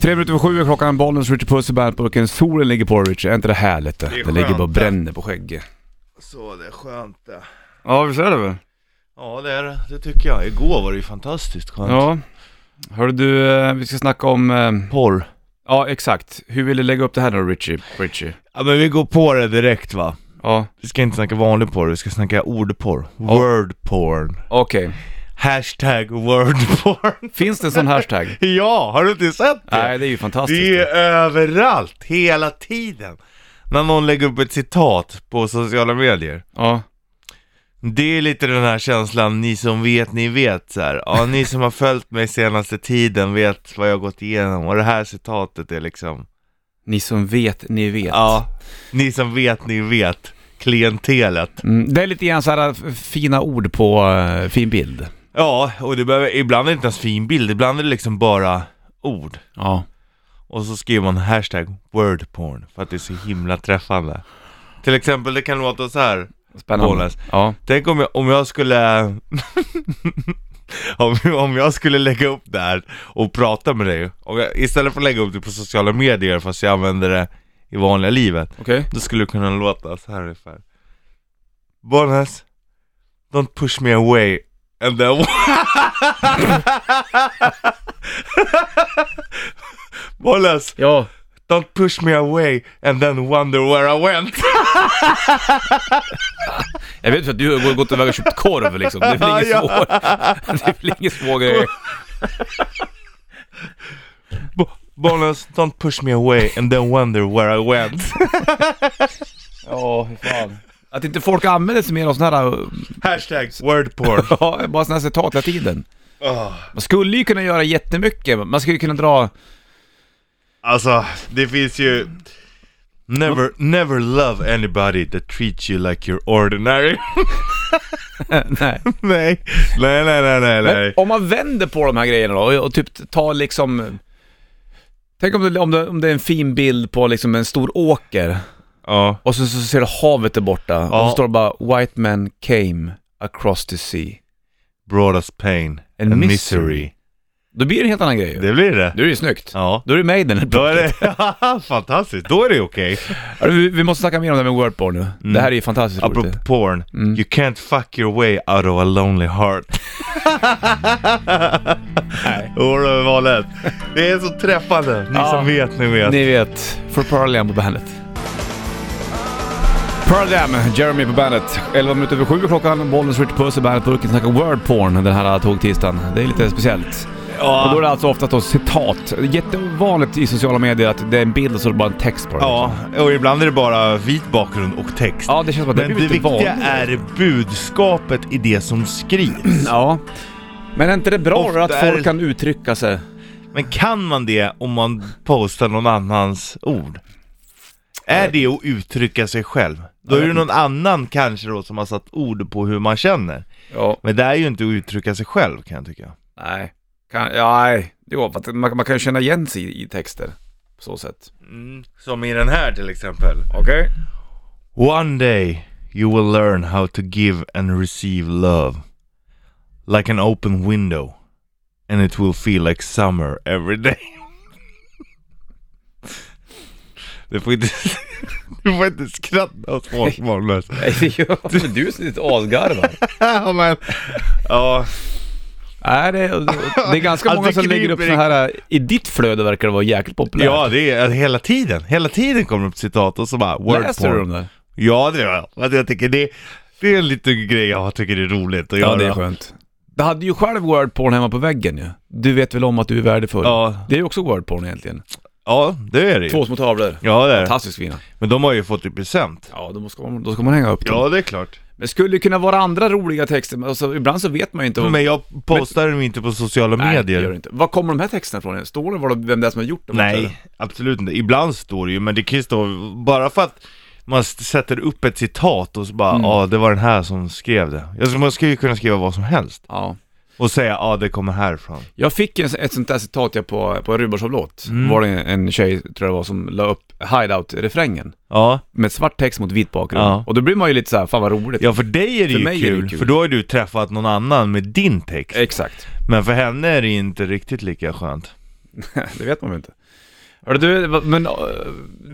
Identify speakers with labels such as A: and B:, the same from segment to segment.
A: Tre minuter över sju är klockan, Bollnäs, Richard Puss i bandburken. Solen ligger på Richard, är inte det härligt? Det, det
B: skönt,
A: ligger bara och
B: det.
A: bränner på skägget.
B: Så det är skönt det.
A: Ja, visst är det väl?
B: Ja det är det, det tycker jag. Igår var det ju fantastiskt skönt.
A: Ja. Hörru du, eh, vi ska snacka om... eh,
B: Porr.
A: Ja, exakt. Hur vill du lägga upp det här nu Richie? Richie?
B: Ja men vi går på det direkt va.
A: Ja,
B: Vi ska inte snacka vanlig porr, vi ska snacka ordporr. Word porn.
A: okej.
B: Hashtag word porn.
A: Finns det en sån hashtag?
B: ja, har du inte sett det?
A: Nej, det är ju fantastiskt.
B: det är överallt, hela tiden. När någon lägger upp ett citat på sociala medier.
A: Ja.
B: Det är lite den här känslan, ni som vet, ni vet så här. Ja, ni som har följt mig senaste tiden vet vad jag har gått igenom och det här citatet är liksom
A: Ni som vet, ni vet.
B: Ja, ni som vet, ni vet klientelet.
A: Mm, det är lite grann så här f- fina ord på eh, fin bild.
B: Ja, och det behöver, ibland är det inte ens fin bild, ibland är det liksom bara ord.
A: Ja.
B: Och så skriver man hashtag wordporn för att det är så himla träffande. Till exempel, det kan låta så här.
A: Spännande.
B: Bollnäs.
A: Ja.
B: Tänk om jag, om jag skulle... om, om jag skulle lägga upp det här och prata med dig. Om jag, istället för att lägga upp det på sociala medier fast jag använder det i vanliga livet.
A: Okej.
B: Då skulle det kunna låta så här ungefär. Bollnäs, don't push me away and then... Bollnäs,
A: Ja.
B: don't push me away and then wonder where I went.
A: Jag vet för att du har gått iväg och köpt korv liksom. Det är väl inget
B: Ja.
A: svår... Det är väl inget svår grej.
B: Bo- Bollnäs, don't push me away and then wonder where I went.
A: Ja, hur fan. Att inte folk använder sig mer av sådana här... äh,
B: Hashtag wordporn.
A: Ja, bara sådana här citat hela tiden.
B: Oh,
A: Man skulle ju kunna göra jättemycket. Man skulle ju kunna dra...
B: alltså, det finns ju... Never, never love anybody that treats you like you're ordinary.
A: äh, Nej.
B: nej, nej, nej, nej, nej,
A: Men
B: nej.
A: om man vänder på de här grejerna då och, och typ tar liksom... Tänk om det, om, det, om det är en fin bild på liksom en stor åker
B: Ja.
A: och så, så ser du havet där borta och så
B: Ja.
A: står det bara “White man came across the sea”.
B: Brought us pain
A: And
B: and,
A: misery.
B: misery.
A: Då blir det en helt annan grej ju.
B: Det blir det.
A: Då är det ju snyggt.
B: Ja.
A: Då är det Maiden helt
B: Då är
A: plötsligt.
B: det fantastiskt, då är det okej.
A: Hörru, Vi, vi måste snacka mer om det här med wordporn nu. Det Mm. här är ju fantastiskt roligt.
B: Mm. Apropå porn, you can't fuck your way out of a lonely heart. Nej. det var lätt. Det är så träffande. Ni
A: Ja.
B: som vet, ni vet.
A: Ni vet, för Pearl Jam på bandet. Pearl Jam, Jeremy på bandet. 11 minuter över sju klockan, Bollnäs Richard Puss i bandet-burken snackar wordporn den här tågtisdagen. Det är lite speciellt. Och då är
B: Ja.
A: det alltså ofta då citat. Jätteovanligt i sociala medier att det är en bild och så är det bara en text på det.
B: ja, och ibland är det bara vit bakgrund och text.
A: ja det känns som att det
B: Men
A: blir
B: det
A: lite
B: viktiga
A: vanligt.
B: är budskapet i det som skrivs.
A: Ja. Men är inte det bra då
B: Ofta
A: att
B: är
A: folk
B: det-
A: kan uttrycka sig?
B: Men kan man det om man postar någon annans ord? Är det att uttrycka sig själv? Då är det någon annan kanske då som har satt ord på hur man känner.
A: Ja.
B: Men det är ju inte att uttrycka sig själv kan jag tycka.
A: Nej. Kan, ja, nej. Jo, för att man, man kan ju känna igen sig i, i texter. På så sätt.
B: Mm, Som i den här till exempel.
A: Okej.
B: One day you will learn how to give and receive love. Like an open window. And it will feel like summer every day. Du får inte, du får inte skratta åt folk Magnus.
A: ja, men du sitter asgarvar.
B: Ja, men, Oh, ja,
A: Nej, det, det är ganska
B: Alltså,
A: många som
B: det
A: lägger upp
B: kryper i-
A: sådana här... eh, I ditt flöde verkar det vara jäkligt populärt.
B: ja, det är hela tiden. Hela tiden kommer det upp citat och så bara word
A: Läser du
B: porn.
A: dem där?
B: Ja, det gör jag. Men jag tycker det, det är en liten grej jag tycker är roligt att göra.
A: Ja, det är skönt. Du hade ju själv wordporn hemma på väggen ju. Du vet väl om att du är värdefull?
B: Ja,
A: Det är ju också wordporn egentligen.
B: ja det är det ju.
A: Två små tavlor.
B: Ja, det är det.
A: Fantastiskt fina.
B: Men de har ju fått i present.
A: Ja, då ska, man, då ska man hänga upp dem.
B: Ja, det är klart.
A: Men det skulle ju kunna vara andra roliga texter, men alltså, ibland så vet man ju inte vad...
B: Men jag postar dem inte på sociala
A: Nej, det gör det
B: medier.
A: inte. Var kommer de här texterna ifrån? Står det var de- vem det är som har gjort dem?
B: Nej, absolut inte. Ibland står det ju, men det kan ju stå, bara för att man s- sätter upp ett citat och så bara, ja
A: Mm.
B: ah, det var den här som skrev det. Jag skulle- Man skulle ju kunna skriva vad som helst
A: Ja.
B: och säga, ja ah, det kommer härifrån.
A: Jag fick en, ett sånt där citat jag på, på en Rubbershow-låt.
B: Mm.
A: var det en, en tjej, tror jag det var, som la upp hideout-refrängen.
B: Ja,
A: Med svart text mot vit bakgrund.
B: Ja.
A: Och då blir man ju lite så här, fan vad roligt.
B: ja för dig är det,
A: För
B: ju,
A: mig är det
B: kul,
A: ju kul. Eh.
B: för då har du träffat någon annan med din text.
A: Exakt.
B: Men för henne är det inte riktigt lika skönt.
A: det vet man väl inte. Hörru du, va- men eh,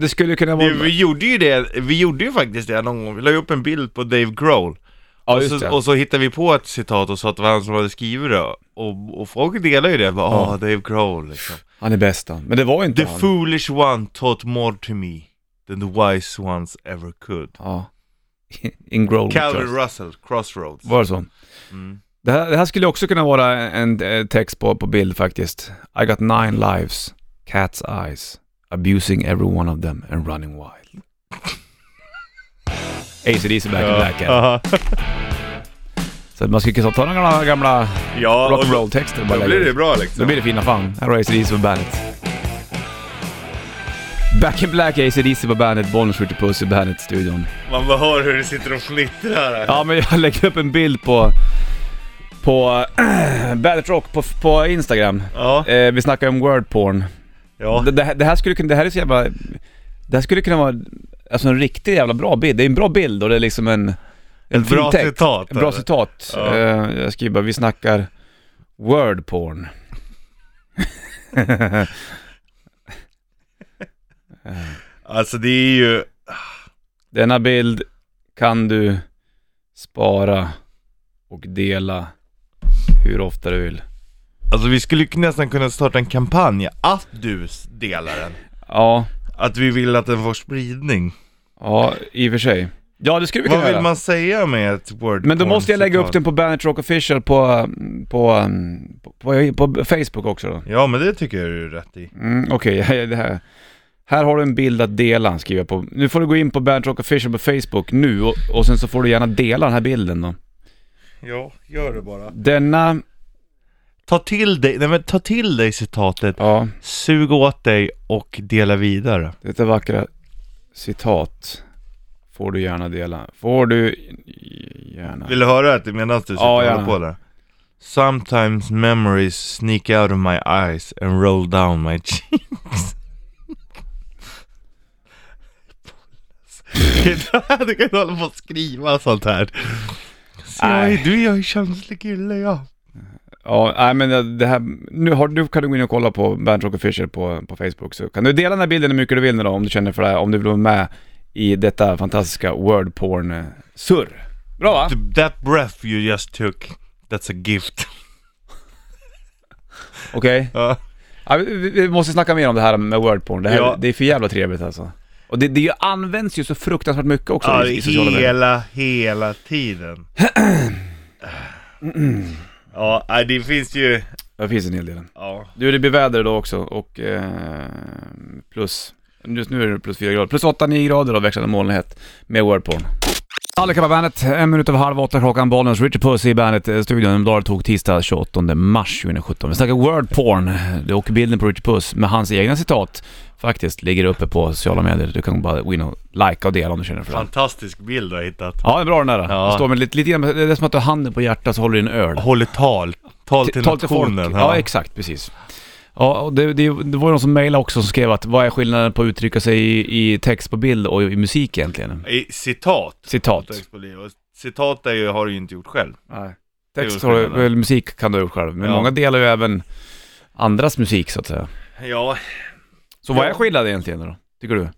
A: det skulle ju kunna vara...
B: Vi, vi gjorde ju det, vi gjorde ju faktiskt det någon gång. Vi la ju upp en bild på Dave Grohl.
A: ja,
B: och,
A: just
B: så,
A: det.
B: alltså, och så hittade vi på ett citat och sa att det var han som hade skrivit det. Och, och folk delar ju det. Bara, ah,
A: Ja.
B: Dave Grohl liksom.
A: Han är bäst han. Men det var ju inte
B: The
A: han.
B: foolish one taught more to me than the wise ones ever could.
A: Ja. In Grohl.
B: Calvin
A: Trust.
B: Russell, Crossroads.
A: Var det så?
B: Mm.
A: Det här, det här skulle också kunna vara en, eh, text på, på bild faktiskt. I got nine lives, cat's eyes, abusing every one of them and running wild. ACDC back in black. yeah.
B: Aha.
A: Så att man skulle kunna ta några gamla, gamla
B: ja och då,
A: rock'n'roll-texter och bara
B: då
A: lägga
B: blir det
A: ut.
B: bra liksom.
A: Då blir det fina fan. Här har ACDC på bandet. Back in black ACDC på bandet, Bollnäs skjuter puss i bandet-studion.
B: Man bara hör hur det sitter och fnittrar.
A: Ja, men jag lägger upp en bild på, på äh, Bandet Rock på, på Instagram.
B: Ja.
A: Eh, vi snackar om word porn.
B: ja.
A: Det, det, här- det här skulle kunna, det här är så jävla, det här skulle kunna vara alltså en riktigt jävla bra bild. Det är en bra bild och det är liksom en, en
B: Ett bra
A: fin text.
B: citat.
A: En bra
B: eller?
A: citat.
B: Ja.
A: Eh, jag skriver bara, vi snackar word porn.
B: Alltså det är ju...
A: Denna bild kan du spara och dela hur ofta du vill.
B: Alltså vi skulle ju nästan kunna starta en kampanj att du s- delar den.
A: Ja,
B: Att vi vill att den får spridning.
A: ja i och för sig. Ja, det skulle vi kunna
B: Vad vill
A: göra.
B: man säga med ett word
A: Men då
B: porn
A: måste jag lägga upp
B: citat?
A: den på Bandet Rock Official på, mm, på, på, på, på Facebook också då.
B: Ja men det tycker jag du är rätt i.
A: Mm, Okej, det här. Här har du en bild att dela, skriver jag på. Nu får du gå in på Bandet Rock Official på Facebook nu och, och sen så får du gärna dela den här bilden då.
B: Ja, gör det bara.
A: Denna,
B: Ta till dig, nej men ta till dig citatet,
A: ja,
B: sug åt dig och dela vidare.
A: detta vackra citat får du gärna dela. Får du gärna...
B: Vill du höra det medan du sitter
A: Ja,
B: och håller
A: gärna.
B: på där? Sometimes memories sneak out of my eyes and roll down my cheeks. du kan inte hålla på och skriva sånt här. Så jag
A: Nej.
B: är, du, jag är en känslig kille jag.
A: Ja, nej men det här, nu, har, nu kan du gå in och kolla på Bandet Rock Official på, på Facebook så kan du dela den här bilden hur mycket du vill nu då, om du känner för det här, om du vill vara med i detta fantastiska word porn eh, surr Bra va?
B: The, Typ that breath you just took, that's a gift.
A: Okej.
B: Ja.
A: Ja, vi- vi, vi måste snacka mer om det här med word porn. Det, här,
B: Ja.
A: det är för jävla trevligt alltså. Och det, det används ju så fruktansvärt mycket också
B: Ja,
A: i, i sociala medier.
B: hela, hela tiden. ja, nej, det finns ju...
A: Det finns en hel del.
B: Ja.
A: Du, det blir väder idag också och eh, plus, just nu är det plus 4 grader, plus 8-9 grader av växlande molnighet med Wordporn. Alika på bandet, en minut över halv åtta klockan, Bollnäs, Richard Puss i eh, bandet-studion. Bladet tog tisdag 28 mars 2017. Vi snackar Wordporn Du åker bilden på Richard Puss med hans egna citat faktiskt ligger uppe på sociala medier. Du kan bara gå in och likea och dela om du känner för det.
B: Fantastisk bild du har hittat.
A: Ja, det är bra den där.
B: Ja.
A: Ja. Står med lite, lite, grann- det är som att du har handen på hjärtat så håller du i en öl.
B: Håller tal. Tal till
A: Ta
B: nationen.
A: Ja. exakt, precis. Ja, och det, det, det var ju någon som mejlade också som skrev att vad är skillnaden på att uttrycka sig i, i text på bild och i musik egentligen?
B: I citat.
A: Citat.
B: Och Citat är ju, har du ju inte gjort själv.
A: Nej.
B: Det är
A: Text
B: väl
A: har du,
B: skillnaden.
A: eller musik kan du ha gjort själv, men
B: Ja.
A: många delar ju även andras musik så att säga.
B: Ja,
A: Så vad är
B: Ja.
A: skillnaden egentligen då? Tycker du?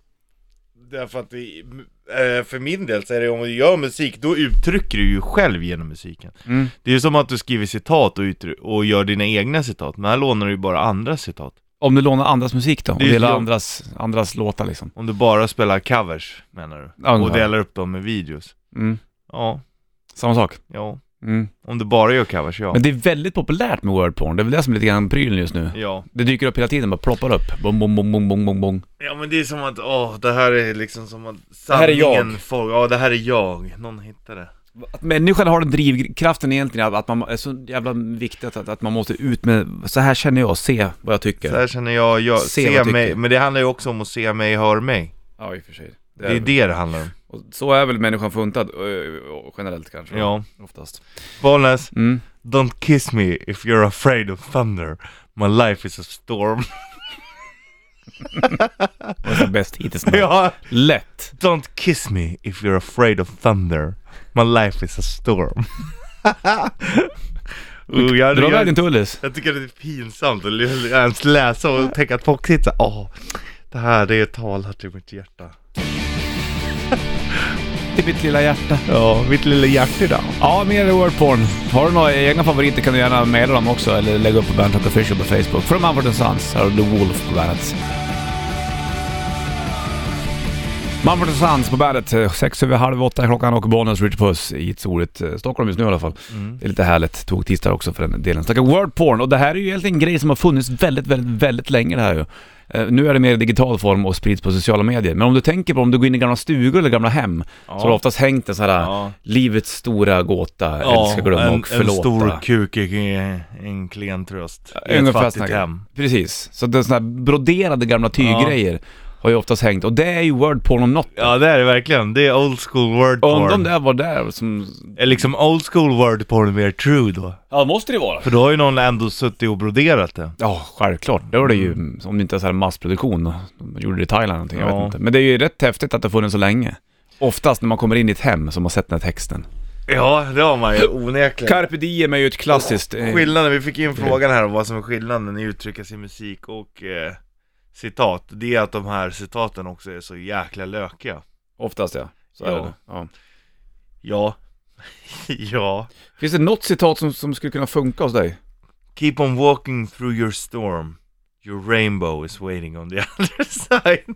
B: därför att det, eh, för min del så är det om du gör musik, då uttrycker du ju själv genom musiken.
A: Mm.
B: Det är ju som att du skriver citat och, uttry- och gör dina egna citat, men här lånar du ju bara andra citat.
A: Om du lånar andras musik då? Och
B: Det är ju
A: delar
B: jag-
A: andras, andras låtar liksom?
B: Om du bara spelar covers, menar du?
A: Ja,
B: Och
A: ungefär.
B: delar upp dem med videos?
A: Mm.
B: Ja,
A: Samma sak?
B: ja.
A: Mm.
B: Om du bara gör covers, ja.
A: Men det är väldigt populärt med wordporn, det är väl det som är lite grann prylen just nu.
B: Ja.
A: Det dyker upp hela tiden, bara ploppar upp. Bom, bom, bom, bom, bom, bom, bom.
B: ja, men det är som att, åh, det här är liksom som att
A: här är jag.
B: sanningen får, ja det här är jag, någon hittade det.
A: Att människan har den drivkraften egentligen, att man är så jävla viktigt att, att man måste ut med, så här känner jag, se vad jag tycker.
B: Så här känner jag, jag
A: Se
B: se
A: vad jag
B: mig,
A: tycker.
B: men det handlar ju också om att se mig, hör mig.
A: Ja, i och för sig. Det
B: Det
A: är
B: är
A: det.
B: det det handlar om.
A: Och så är väl människan funtad, ö, ö, generellt kanske.
B: Ja.
A: Oftast.
B: Bollnäs,
A: Mm.
B: don't kiss me if you're afraid of thunder. My life is a storm.
A: Det är bäst hittills. nu.
B: ja.
A: Lätt.
B: Don't kiss me if you're afraid of thunder. My life is a storm. Och jag,
A: Dra
B: jag,
A: vägen till Ullis.
B: jag tycker det är pinsamt att l- ens läsa och tänka att folk sitter såhär, åh, det här det talar till mitt hjärta.
A: Till mitt lilla hjärta.
B: Ja, mitt lilla hjärta idag.
A: Ja, mer wordporn. Har du några egna favoriter kan du gärna mejla dem också eller lägga upp på Bandit Official på Facebook. Från Mumford Sons, här har du The Wolf på bandet. Mumford Sons på bandet, eh, sex över halv åtta klockan och Bonus Rich Puss i ett soligt eh, Stockholm just nu i alla fall.
B: Mm.
A: Det är lite härligt. Tog tisdag också för den delen. Snacka wordporn och det här är ju egentligen en grej som har funnits väldigt, väldigt, väldigt länge det här ju. Eh, Nu är det mer i digital form och sprids på sociala medier. Men om du tänker på om du går in i gamla stugor eller gamla hem så har det oftast hängt en sån här
B: Ja.
A: Livets stora gåta, älska, glömma
B: en,
A: och förlåta.
B: en stor kuk är en klen tröst. I ett
A: Ungefär
B: fattigt
A: snackar.
B: hem.
A: Precis. Så det är såna här broderade gamla tyggrejer har ju oftast hängt. Och det är ju wordporn om något.
B: Ja det är det verkligen, det är old school word
A: Och Undra om
B: porn.
A: det
B: Det...
A: här var där som...
B: Är liksom old school word porn mer true då?
A: Ja, måste det vara.
B: För då har ju någon ändå suttit och broderat det.
A: Ja, självklart. Det var det ju, om det inte är så här massproduktion. då. De gjorde det i Thailand eller någonting, jag
B: Ja.
A: vet inte. Men det är ju rätt häftigt att det har funnits så länge. Oftast när man kommer in i ett hem som har sett den här texten.
B: Ja, det har man ju onekligen.
A: Carpe diem är ju ett klassiskt... eh,
B: Skillnaden, vi fick in frågan här om vad som är skillnaden i uttryckas i musik och eh, citat. Det är att de här citaten också är så jäkla lökiga.
A: Oftast ja. Så är
B: Ja.
A: det. Ja.
B: Ja. ja.
A: Finns det något citat som, som skulle kunna funka hos dig?
B: Keep on walking through your storm. Your rainbow is waiting on the other side.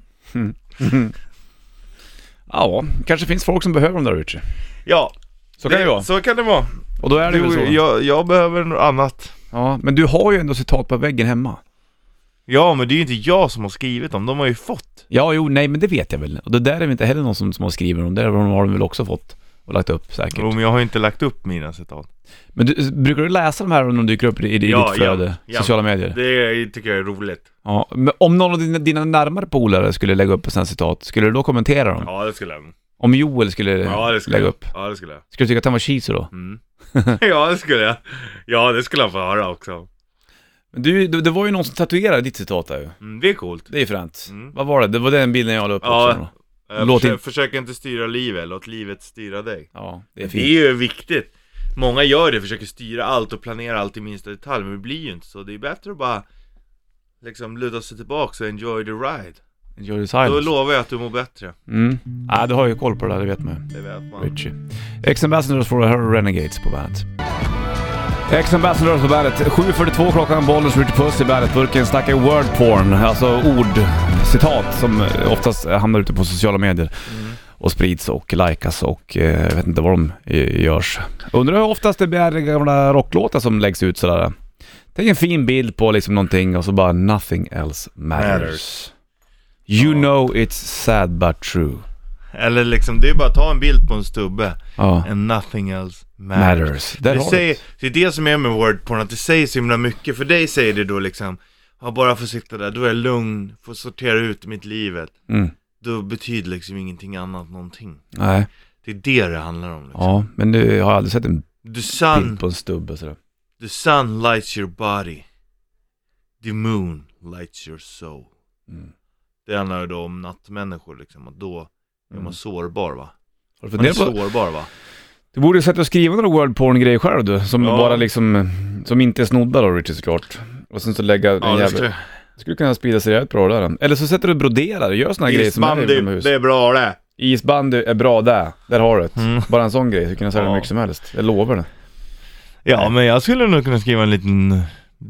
A: Ja, kanske finns folk som behöver dem där ute.
B: Ja,
A: Så kan det ju vara.
B: Så kan det vara.
A: Och då är det väl så.
B: Du, jag, jag behöver något annat.
A: Ja, men du har ju ändå citat på väggen hemma.
B: Ja, men det är ju inte jag som har skrivit dem, de har ju fått.
A: Ja, jo, nej, men det vet jag väl. Och det där är väl inte heller någon som, som har skrivit om. Det där har de väl också fått och lagt upp säkert.
B: Jo, men jag har ju inte lagt upp mina citat.
A: Men du, brukar du läsa de här om de dyker upp i, i
B: Ja,
A: ditt flöde?
B: ja, ja.
A: Sociala medier?
B: Det tycker jag är roligt.
A: Ja. Men om någon av dina, dina närmare polare skulle lägga upp sina citat, skulle du då kommentera dem?
B: Ja, det skulle jag.
A: Om Joel skulle lägga Eh, upp?
B: Ja, det skulle jag.
A: Skulle du tycka att han var cheesy då?
B: Mm. ja, det skulle jag. Ja, det skulle han få höra också.
A: Men du, det, det var ju någon som tatuerade ditt citat där ju.
B: Mm, det är coolt.
A: Det är fränt.
B: Mm.
A: Vad var det? Det var den bilden jag la upp
B: Ja.
A: också. då.
B: Eh,
A: Låt
B: försök,
A: in-
B: försök inte styra livet, låt livet styra dig.
A: Ja, det
B: Det
A: är
B: är,
A: fint.
B: ju viktigt. Många gör det, försöker styra allt och planera allt i minsta detalj, men det blir ju inte så. Det är bättre att bara liksom luta sig tillbaka och enjoy the ride.
A: Enjoy the
B: Då
A: silence.
B: lovar jag att du mår bättre.
A: Mm. Ja, du har ju koll på det där, det vet man ju.
B: Det vet man.
A: Richie. Ex-ambassadors får höra Renegades på bandet. Ex-ambassadors på bandet. 7.42 klockan, Bollnäs Richie Puss i bandetburken. Snackar word porn, alltså ord, citat som oftast hamnar ute på sociala medier.
B: Mm.
A: Och sprids och likas och eh, jag vet inte vad de eh, görs. Undrar hur oftast det blir gamla rocklåtar som läggs ut sådär. Tänk en fin bild på liksom någonting och så bara nothing else matters.
B: Matters.
A: You
B: Ja.
A: know it's sad but true.
B: Eller liksom, det är bara att ta en bild på en stubbe.
A: Ja.
B: And nothing else matters.
A: Matters. Där
B: Det,
A: har du det.
B: säger, det är det som är med wordporn, att det säger så himla mycket. För dig säger det då liksom, ja, bara få sitta där, då är jag lugn, får sortera ut mitt livet.
A: Mm.
B: Då betyder liksom ingenting annat någonting.
A: Nej.
B: Det är det det handlar om. Liksom.
A: Ja, men du har aldrig sett en
B: The,
A: bild
B: sun,
A: på en stubbe sådär.
B: the sun lights your body. The moon lights your soul.
A: Mm.
B: Det handlar ju då om nattmänniskor liksom, och då är man sårbar va?
A: Har du
B: Man Mm. är
A: funderat på...
B: sårbar va?
A: Du borde ju sätta och skriva några word porn grejer själv du, som
B: Ja.
A: bara liksom, som inte är snodda då Richard såklart. Och sen så lägga en
B: Ja, det
A: jävla...
B: skulle-
A: skulle kunna sprida sig jävligt bra det där. Eller så sätter du och broderar, gör såna här grejer som är
B: Isbandy,
A: utomhus.
B: det är bra det!
A: Isbandy är bra där, där har du det.
B: Mm.
A: Bara en sån grej, du kunna sälja hur
B: Ja.
A: mycket som helst. Jag lovar det.
B: Ja men jag skulle nog kunna skriva en liten,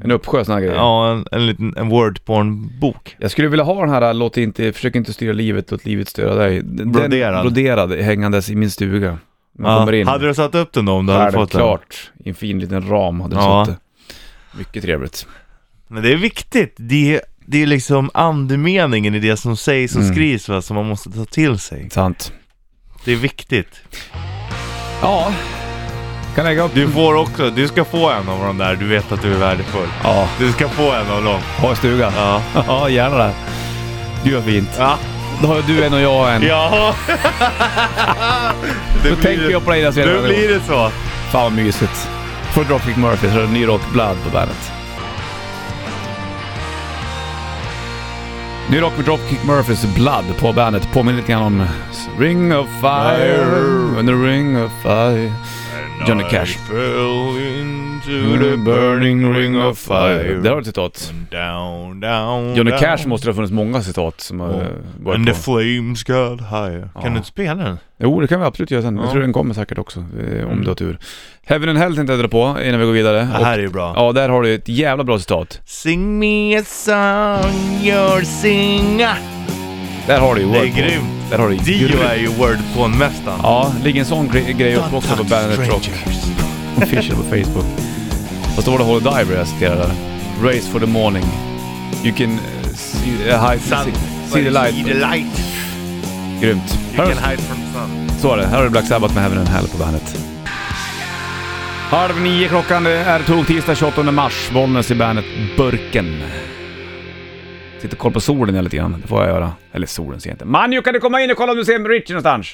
A: En uppsjö såna här grejer.
B: ja en, en liten en wordporn-bok
A: Jag skulle vilja ha den här, låt inte, försök inte styra livet, låt livet styra dig. Den
B: Broderad.
A: broderad hängandes i min stuga. Man
B: ja,
A: kommer in.
B: Hade du satt upp den då om du hade fått den?
A: Självklart. I en fin liten ram hade du
B: Ja.
A: satt det. Mycket trevligt.
B: Men det är viktigt, det är, det är liksom andemeningen i det som sägs
A: Mm.
B: och skrivs va, som man måste ta till sig
A: Sant.
B: Det är viktigt
A: Ja. Kan lägga upp.
B: Du får också, du ska få en av de där, du vet att du är värdefull
A: Ja,
B: Du ska få en av dem
A: ha i stugan.
B: Ja
A: Ja, gärna det. Gud vad fint.
B: Ja,
A: Då har du en och jag en.
B: ja.
A: Då tänker jag på dig där senare.
B: Nu blir det så
A: Fan vad mysigt. Från Dropkick Murphys har du ny rock Blood på bandet. Ny rock med Dropkick Murphys Blood på bandet. Påminner lite grann om Ring of Fire.
B: Fire.
A: And the Ring of Fire. Johnny Cash. Mm.
B: I fell into the burning ring of fire.
A: Där har du ett citat.
B: Down, down,
A: Johnny
B: down.
A: Cash måste det ha funnits många citat som har
B: Ja.
A: eh, varit
B: And
A: på.
B: the flames got higher.
A: Ja.
B: Kan du inte spela den?
A: Jo, det kan vi absolut göra sen. Jag
B: Ja.
A: tror den kommer säkert också, eh, om
B: Mm.
A: du har tur. Heaven and Hell tänkte jag dra på innan vi går vidare.
B: Det här är ju bra.
A: Ja, där har du ett jävla bra citat.
B: Sing me a song, you're singer.
A: Där har du ju
B: Det är
A: Wordporn.
B: grymt.
A: Där har du
B: Dio
A: grymt.
B: är ju wordporn-mästaren.
A: Ja, det ligger en sån gre- grej upp också på Bandet Rock Official på Facebook. Vad står det Holly Diver jag citerar där? Race for the morning. You can eh, see, uh, hide,
B: Sun.
A: see, see the
B: See
A: light.
B: the light.
A: Grymt.
B: You
A: Här,
B: can hide from sun.
A: så är det. Här har du Black Sabbath med Heaven and Hell på bandet. Halv nio klockan, det är tog tisdag 28 mars. Bollnäs i bandet Burken. Sitter och kollar på solen jag lite grann, det får jag göra. Eller solen ser jag inte. Manjo kan du komma in och kolla om du ser Richie någonstans?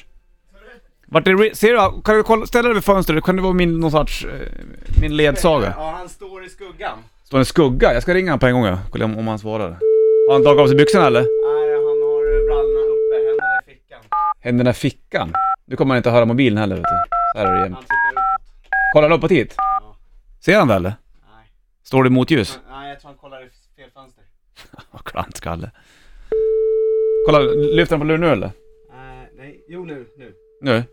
A: Vart är Ri- Ser du? Kan du kolla, ställa dig vid fönstret? Kan du vara min, någon sorts, eh, min ledsaga?
C: Ja, han står i skuggan.
A: Står en skugga? Jag ska ringa honom på en gång ja. Kolla om, om han svarar. Har han tagit av sig byxorna eller?
C: Nej, han har brallorna uppe, händerna i fickan.
A: Händerna i fickan. Nu kommer han inte höra mobilen heller vet du. Så här är det jämt.
C: Han tittar uppåt.
A: Kollar han uppåt hit?
C: Ja.
A: Ser han det eller?
C: Nej.
A: Står det mot ljus?
C: Nej, jag tror han kollar i fel fönster.
A: Vad klantskalle. Kolla, lyfter han på luren nu eller?
C: Nej, nej. Jo nu, nu.
A: Nu?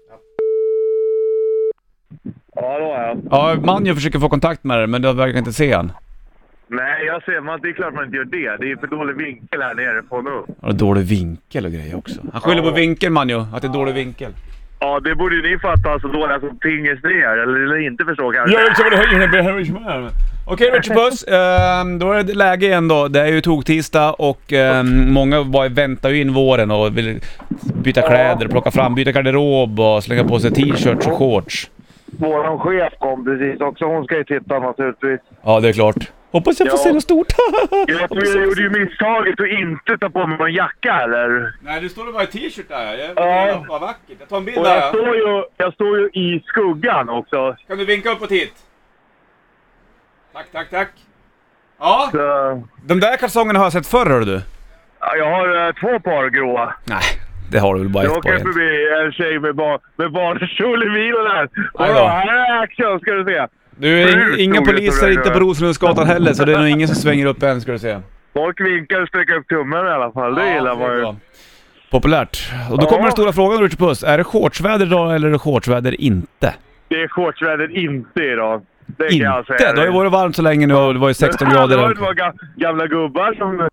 D: Ja, det var jag.
A: Ja, Manjo försöker få kontakt med dig men jag verkar inte se han.
D: Nej, jag ser. Man, det är klart man inte gör det. Det är för dålig vinkel här nere på nu.
A: Han har dålig vinkel och grejer också. Han skyller på vinkeln Manjo, att det är dålig vinkel.
D: Ja, det borde ju ni fatta, alltså, så dåliga som pingis ni är. Eller inte förstå kanske.
A: Jag vet inte vad det höjer Okej Richard Puss, ehm, då är det läge igen då. Det är ju toktisdag och ehm, många bara väntar ju in våren och vill byta kläder, plocka fram, byta garderob och slänga på sig t-shirts och shorts.
D: Vår chef kom precis också. Hon ska ju titta naturligtvis.
A: Ja, det är klart. Hoppas jag får
D: Ja.
A: se något stort.
D: Jag, tror jag gjorde ju misstaget att inte ta på mig någon jacka eller.
A: Nej, du står bara i t-shirt där. Jag
D: Ja.
A: Vad vackert. Jag tar en bild
D: Och jag står ju, jag står ju i skuggan också.
A: Kan du vinka uppåt hit? Tack, tack, tack. Ja,
D: Så,
A: de där kalsongerna har jag sett förr hörru du.
D: ja, jag har eh, två par gråa.
A: Nej, det har du väl bara
D: Jag
A: ett par
D: åker
A: egentligen.
D: förbi en tjej med, bar, med barnkjol i bilen här. Och
A: Aj då.
D: då, här är action ska du se.
A: Du,
D: Förut
A: ing, inga
D: stod det
A: poliser
D: sådär,
A: inte på
D: ja.
A: Rosenlundsgatan heller, så det är nog ingen som svänger upp än ska du se.
D: Folk vinkar och sträcker upp tummen i alla fall. Det gillar man ju.
A: bra. Populärt. Och då kommer
D: Ja.
A: den stora frågan Richard Puss. Är det shortsväder idag eller är det shortsväder inte?
D: Det är shortsväder inte idag. Det kan jag
A: Inte?
D: säga.
A: Det har ju varit varmt så länge nu och det var ju 16
D: Men
A: grader.
D: Det var
A: där.
D: ju några ga- gamla gubbar som,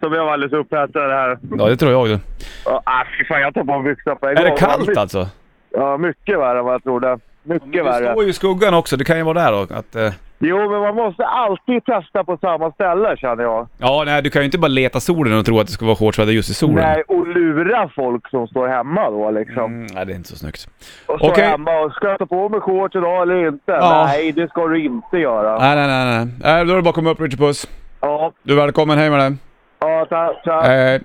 D: som blev alldeles upphetsade här.
A: Ja, det tror jag du.
D: Ja, Ah, fy fan, jag tar på mig byxorna på en
A: Är det
D: gång.
A: kallt alltså?
D: Ja, mycket värre än vad jag trodde. Mycket
A: Du
D: värre.
A: står ju i skuggan också, det kan ju vara där då. Att, eh,
D: Jo, men man måste alltid testa på samma ställe känner jag.
A: ja, nej, du kan ju inte bara leta solen och tro att det ska vara shortsväder just i solen.
D: Nej, och lura folk som står hemma då liksom.
A: Mm, nej, det är inte så snyggt.
D: Och står
A: Okej.
D: hemma och ska jag ta på mig shorts idag eller inte?
A: Ja.
D: Nej, det ska du inte göra.
A: Nej, nej, nej. nej. nej då är det bara att komma upp Richard Puss.
D: Ja,
A: Du är välkommen, hej med dig.
D: ja tack. tack.
A: Eh,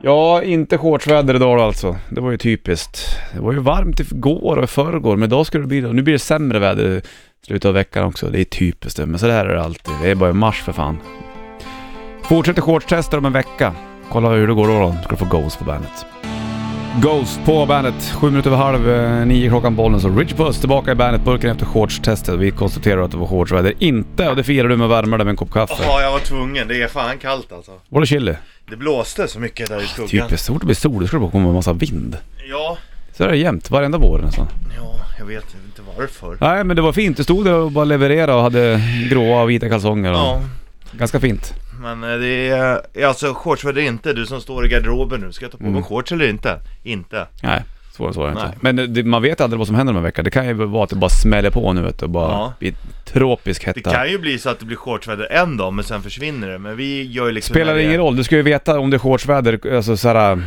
A: ja, inte shortsväder idag då alltså. Det var ju typiskt. Det var ju varmt igår och i förrgår, men idag skulle det bli det. Nu blir det sämre väder i slutet av veckan också. Det är typiskt det, men så där är det alltid. Det är bara i mars för fan. Fortsätter shortstester om en vecka. Kolla hur det går då. då. Ska du få Ghost på bandet. Ghost på bandet. Sju minuter över halv eh, nio klockan bollen. Så Rich Puss tillbaka i bandet-burken efter shortstestet. Vi konstaterar att det var shortsväder. Inte, och det firar du med att värma dig med en kopp kaffe.
B: Ja, jag var tvungen. Det är fan kallt alltså.
A: Var det chili?
B: Det blåste så mycket där i skuggan.
A: Typiskt, så fort Typ, det blir sol då ska det bara komma en massa vind.
B: Ja,
A: Så är det jämt, varenda vår nästan.
B: ja, jag vet inte varför.
A: Nej men det var fint, du stod där och bara levererade och hade gråa och vita kalsonger. Och
B: Ja,
A: Ganska fint.
B: men eh, det är... eh, Alltså shorts eller inte? Du som står i garderoben nu. Ska jag ta på mig shorts eller inte? Inte.
A: Nej, svårare än så är det inte.
B: Nej.
A: Men eh, det, man vet aldrig vad som händer om en vecka. Det kan ju vara att det bara smäller på nu vet du, och bara
B: Ja.
A: blir tropisk
B: Det
A: hetta.
B: kan ju bli så att det blir shortsväder en dag, men sen försvinner det. Men vi gör ju liksom...
A: Spelar
B: när
A: det ingen roll, du ska ju veta om det är shortsväder alltså, så här,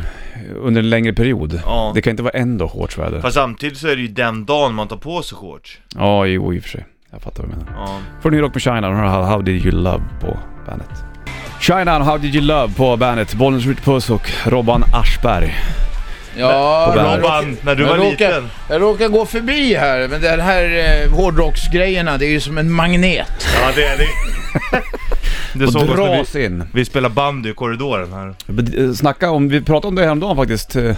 A: under en längre period.
B: Ja.
A: Det kan inte vara ändå shortsväder.
B: Fast samtidigt så är det ju den dagen man tar på sig shorts.
A: Ja, jo i och för sig. Jag fattar vad du menar.
B: Ja.
A: Från New Rock med China, de har How Did You Love på bandet. China och How Did You Love på bandet. Bollnäs Ritchie Puss och Robban Aschberg.
E: Ja,
A: På
E: jag
A: bandet.
E: råkar-
B: Robban, när du
E: jag
B: var
E: råkar-
B: liten.
E: Jag råkar gå förbi här, men den här eh, hårdrocksgrejerna, det är ju som en magnet.
B: Ja, det är det. Det
A: Och
B: såg oss när vi,
A: dras in.
B: vi spelar bandy i korridoren här.
A: Snacka om, vi pratade om det häromdagen faktiskt. eh,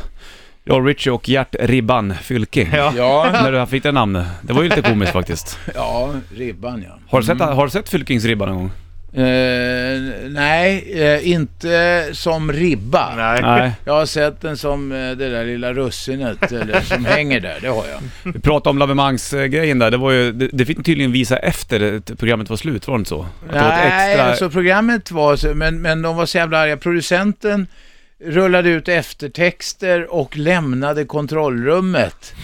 A: Ja, Richie och Gert Ribban Fylke.
B: Ja.
E: Ja,
A: När du fick det namnet. Det var ju lite komiskt faktiskt.
E: ja ribban ja.
A: Har du sett, har du sett Fylkings Ribban någon gång?
E: Eh, nej, eh, inte som ribba.
B: Nej.
A: Nej.
E: Jag har sett den som eh, det där lilla russinet eller, som hänger där, det har jag.
A: Vi pratade om lavemangsgrejen där. Det, var ju, det, det fick ni tydligen visa efter det- programmet var slut, var det inte så? Att det var ett
E: Nej,
A: extra-
E: alltså programmet var så, men, men de var så jävla arga. Producenten rullade ut eftertexter och lämnade kontrollrummet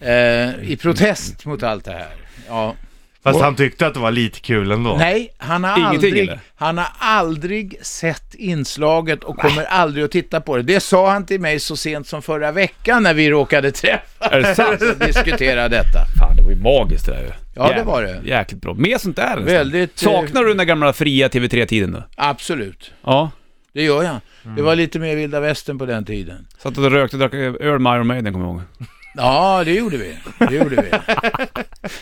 E: eh, i protest mot allt det här. Ja.
B: Fast han tyckte att det var lite kul ändå.
E: Nej, han har,
A: Ingenting,
E: aldrig,
A: eller?
E: han har aldrig sett inslaget och kommer aldrig att titta på det. Det sa han till mig så sent som förra veckan när vi råkade träffas
A: Är det sant?
E: och diskutera detta.
A: Fan, det var ju magiskt det där ju.
E: Ja, det
A: Jävligt-
E: var det.
A: Jäkligt bra. Mer sånt där nästan.
E: Väldigt, eh,
A: Saknar du den där gamla fria TV3-tiden då?
E: Absolut,
A: Ja.
E: det gör jag. Det var lite mer vilda västern på den tiden.
A: Satt och rökte och drack öl med Iron Maiden, kommer jag ihåg.
E: Ja, det gjorde vi. Det gjorde vi.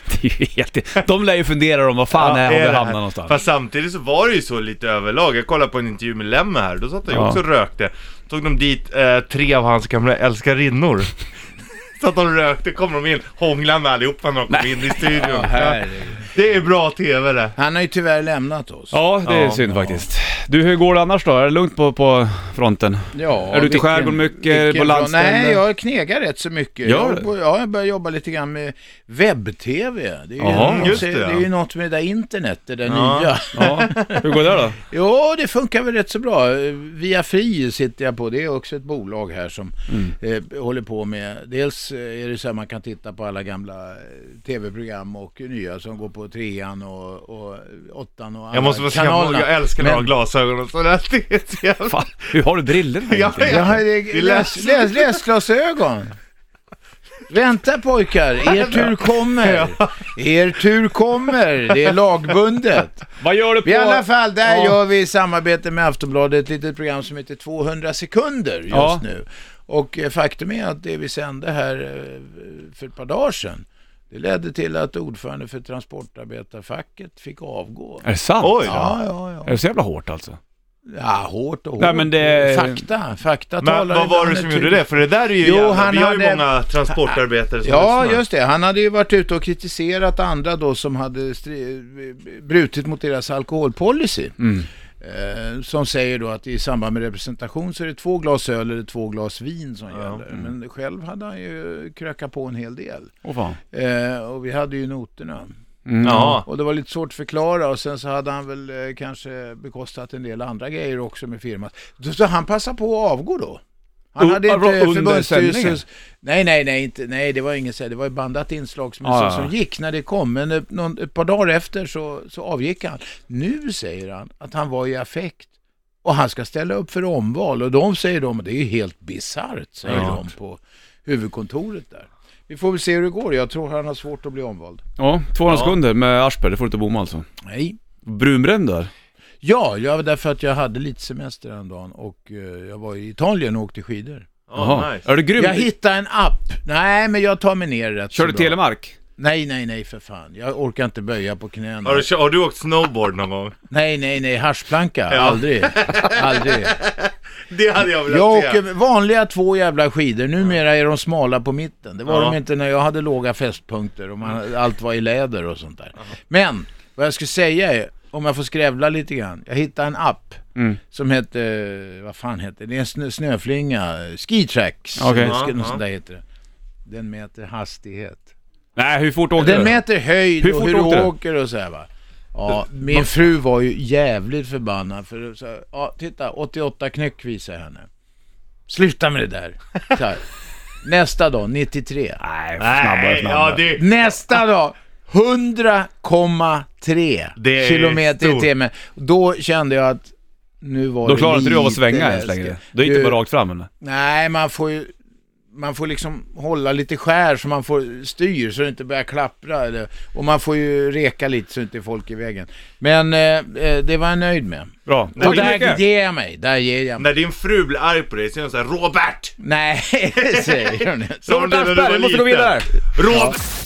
A: Det är ju helt... De lär ju fundera om vad fan är,
B: är
A: har
B: det
A: vi
B: här?
A: hamnat någonstans.
B: Fast samtidigt så var det ju så lite överlag. Jag kollade på en intervju med Lemme här, då satt han ju
A: Ja.
B: också och rökte. Tog de dit eh, tre av hans gamla älskarinnor. så att de rökte, kom de in, hånglade med allihopa när de kom in i studion.
E: Herregud.
B: det är bra TV det.
E: Han har ju tyvärr lämnat oss.
A: Ja, det är
B: Ja.
A: synd faktiskt. Du, hur går det annars då? Är det lugnt på, på fronten?
E: Ja,
A: Är du ute i
E: vilken-
A: skärgården mycket,
E: vilken
A: på
E: bra-
A: landställen?
E: Nej, jag knegar rätt så mycket.
A: Gör
E: jag,
A: du?
E: bo- ja, jag börjar jobba lite grann med webb-tv. Det är ju,
A: Jaha,
E: något-
B: just det,
E: det är
B: ja.
E: ju något med det där internet, det där
B: Ja.
E: nya.
A: Ja, hur går det då?
E: Jo, det funkar väl rätt så bra. Eh, Via Fri sitter jag på. Det är också ett bolag här som
A: Mm.
E: eh, håller på med... Dels eh, är det så här man kan titta på alla gamla eh, tv-program och nya som går på trean och, och åttan och alla
B: Jag måste bara säga att
E: kanalerna.
B: jag älskar när
E: Men-
B: de har glasögon och sådär. Det är så jävla...
A: Fan, hur har du brillorna
B: Jag
A: egentligen?
E: Jag har
B: är
E: läs,
B: ledsen.
E: läs, läsglasögon. Vänta pojkar, er tur kommer. Er tur kommer, det är lagbundet.
A: Vad gör du på...
E: I alla fall, där
A: Ja.
E: gör vi i samarbete med Aftonbladet ett litet program som heter 200 sekunder just
A: Ja.
E: nu. Och eh, faktum är att det vi sände här eh, för ett par dagar sedan, det ledde till att ordförande för Transportarbetarfacket fick avgå.
A: Är det sant?
B: Oj då.
E: Ja, ja, ja.
A: Är det så jävla hårt alltså?
E: Ja, hårt och hårt.
A: Nej, men det-
E: Fakta, fakta
B: Men
E: talar
B: vad var det
E: ibland
B: som
E: ett
B: gjorde
E: tydligt-
B: det? För det där är ju
E: Jo,
B: jävla-
E: han
B: Vi har ju
E: hade-
B: många transportarbetare som
E: Ja,
B: lyssnar.
E: just det. Han hade ju varit ute och kritiserat andra då som hade stri- brutit mot deras alkoholpolicy. Eh, som säger då att i samband med representation så är det två glas öl eller två glas vin som gäller. Men själv hade han ju krökat på en hel del.
A: Åh fan.
E: Eh, och vi hade ju noterna.
A: Mm.
B: Ja.
E: Och det var lite svårt att förklara och sen så hade han väl eh, kanske bekostat en del andra grejer också med firman. Så, så han passade på att avgå då. Han
A: Oh,
E: hade
A: vadå,
E: inte
A: under sändningen?
E: förbundsstyrelsens... Nej, nej, nej, inte, nej, det var ingen sändning. Det var ju bandat inslag som,
A: Ja,
E: som,
A: Ah, ja, ja.
E: som gick när det kom. Men eh, någon, ett par dagar efter så, så avgick han. Nu säger han att han var i affekt och han ska ställa upp för omval. Och de säger de, det är ju helt bisarrt, säger
A: Ja.
E: de på huvudkontoret där. Vi får väl se hur det går. Jag tror han har svårt att bli omvald.
A: Ja, 200
B: Ja.
A: sekunder med Aschberg, det får du inte bomma alltså.
E: Nej.
A: Brunbränd där?
E: Ja, jag var därför att jag hade lite semester den dagen och eh, jag var i Italien och åkte skidor.
B: Ja, nice.
A: Är du grym?
E: Jag hittade en app. Nej, men jag tar mig ner rätt
A: Kör
E: så
A: du
E: bra.
A: telemark?
E: Nej, nej, nej för fan. Jag orkar inte böja på knäna.
B: Har du, kö- har du åkt snowboard någon gång?
E: Nej, nej, nej, haschplanka.
B: Ja.
E: Aldrig. Aldrig.
B: Det hade jag velat
E: Jag
B: se.
E: åker vanliga två jävla skidor. Numera är de smala på mitten. Det var
B: Ja.
E: de inte när jag hade låga fästpunkter och man, allt var i läder och sånt där. Men, vad jag skulle säga är, om jag får skrävla lite grann. Jag hittade en app.
A: Mm.
E: som hette, vad fan hette det, det är en snö, snöflinga, Skitracks,
A: Okej.
E: eller sk-
B: Ja,
E: något
B: ja.
E: sånt där heter det. Den mäter hastighet.
A: Nej, hur fort åkte
E: Den
A: du?
E: mäter höjd
A: Hur
E: och
A: fort
E: hur du
A: åkte Eh, du?
E: åker och så här va. Ja, min fru var ju jävligt förbannad för så här, ja titta 88 knyck visar jag henne. Sluta med det där. Så här. Nästa dag 93.
A: Nej, snabbare,
B: Nej,
A: snabbare.
B: ja, det,
E: Nästa dag 100,3
B: Det är
E: kilometer i
B: stort.
E: timmen. Då kände jag att nu var
A: Då
E: det
A: klarar inte du av att
E: lite
A: svänga ens
E: läskigt.
A: längre. Då gick det bara rakt fram eller?
E: Nej, man får ju... Man får liksom hålla lite skär så man får styr så det inte börjar klappra. Eller, och man får ju reka lite så inte folk är i vägen. Men eh, eh, det var jag nöjd med.
A: Bra.
E: Och
A: Tack så
E: där
A: mycket.
E: ger jag mig. Där ger jag mig.
B: när din fru blir arg på dig så är hon såhär Robert!
E: Nej, säger hon.
B: Som
A: Robert
B: när du var
A: Aschberg, vi måste gå
B: liten.
A: vidare.
B: Robert!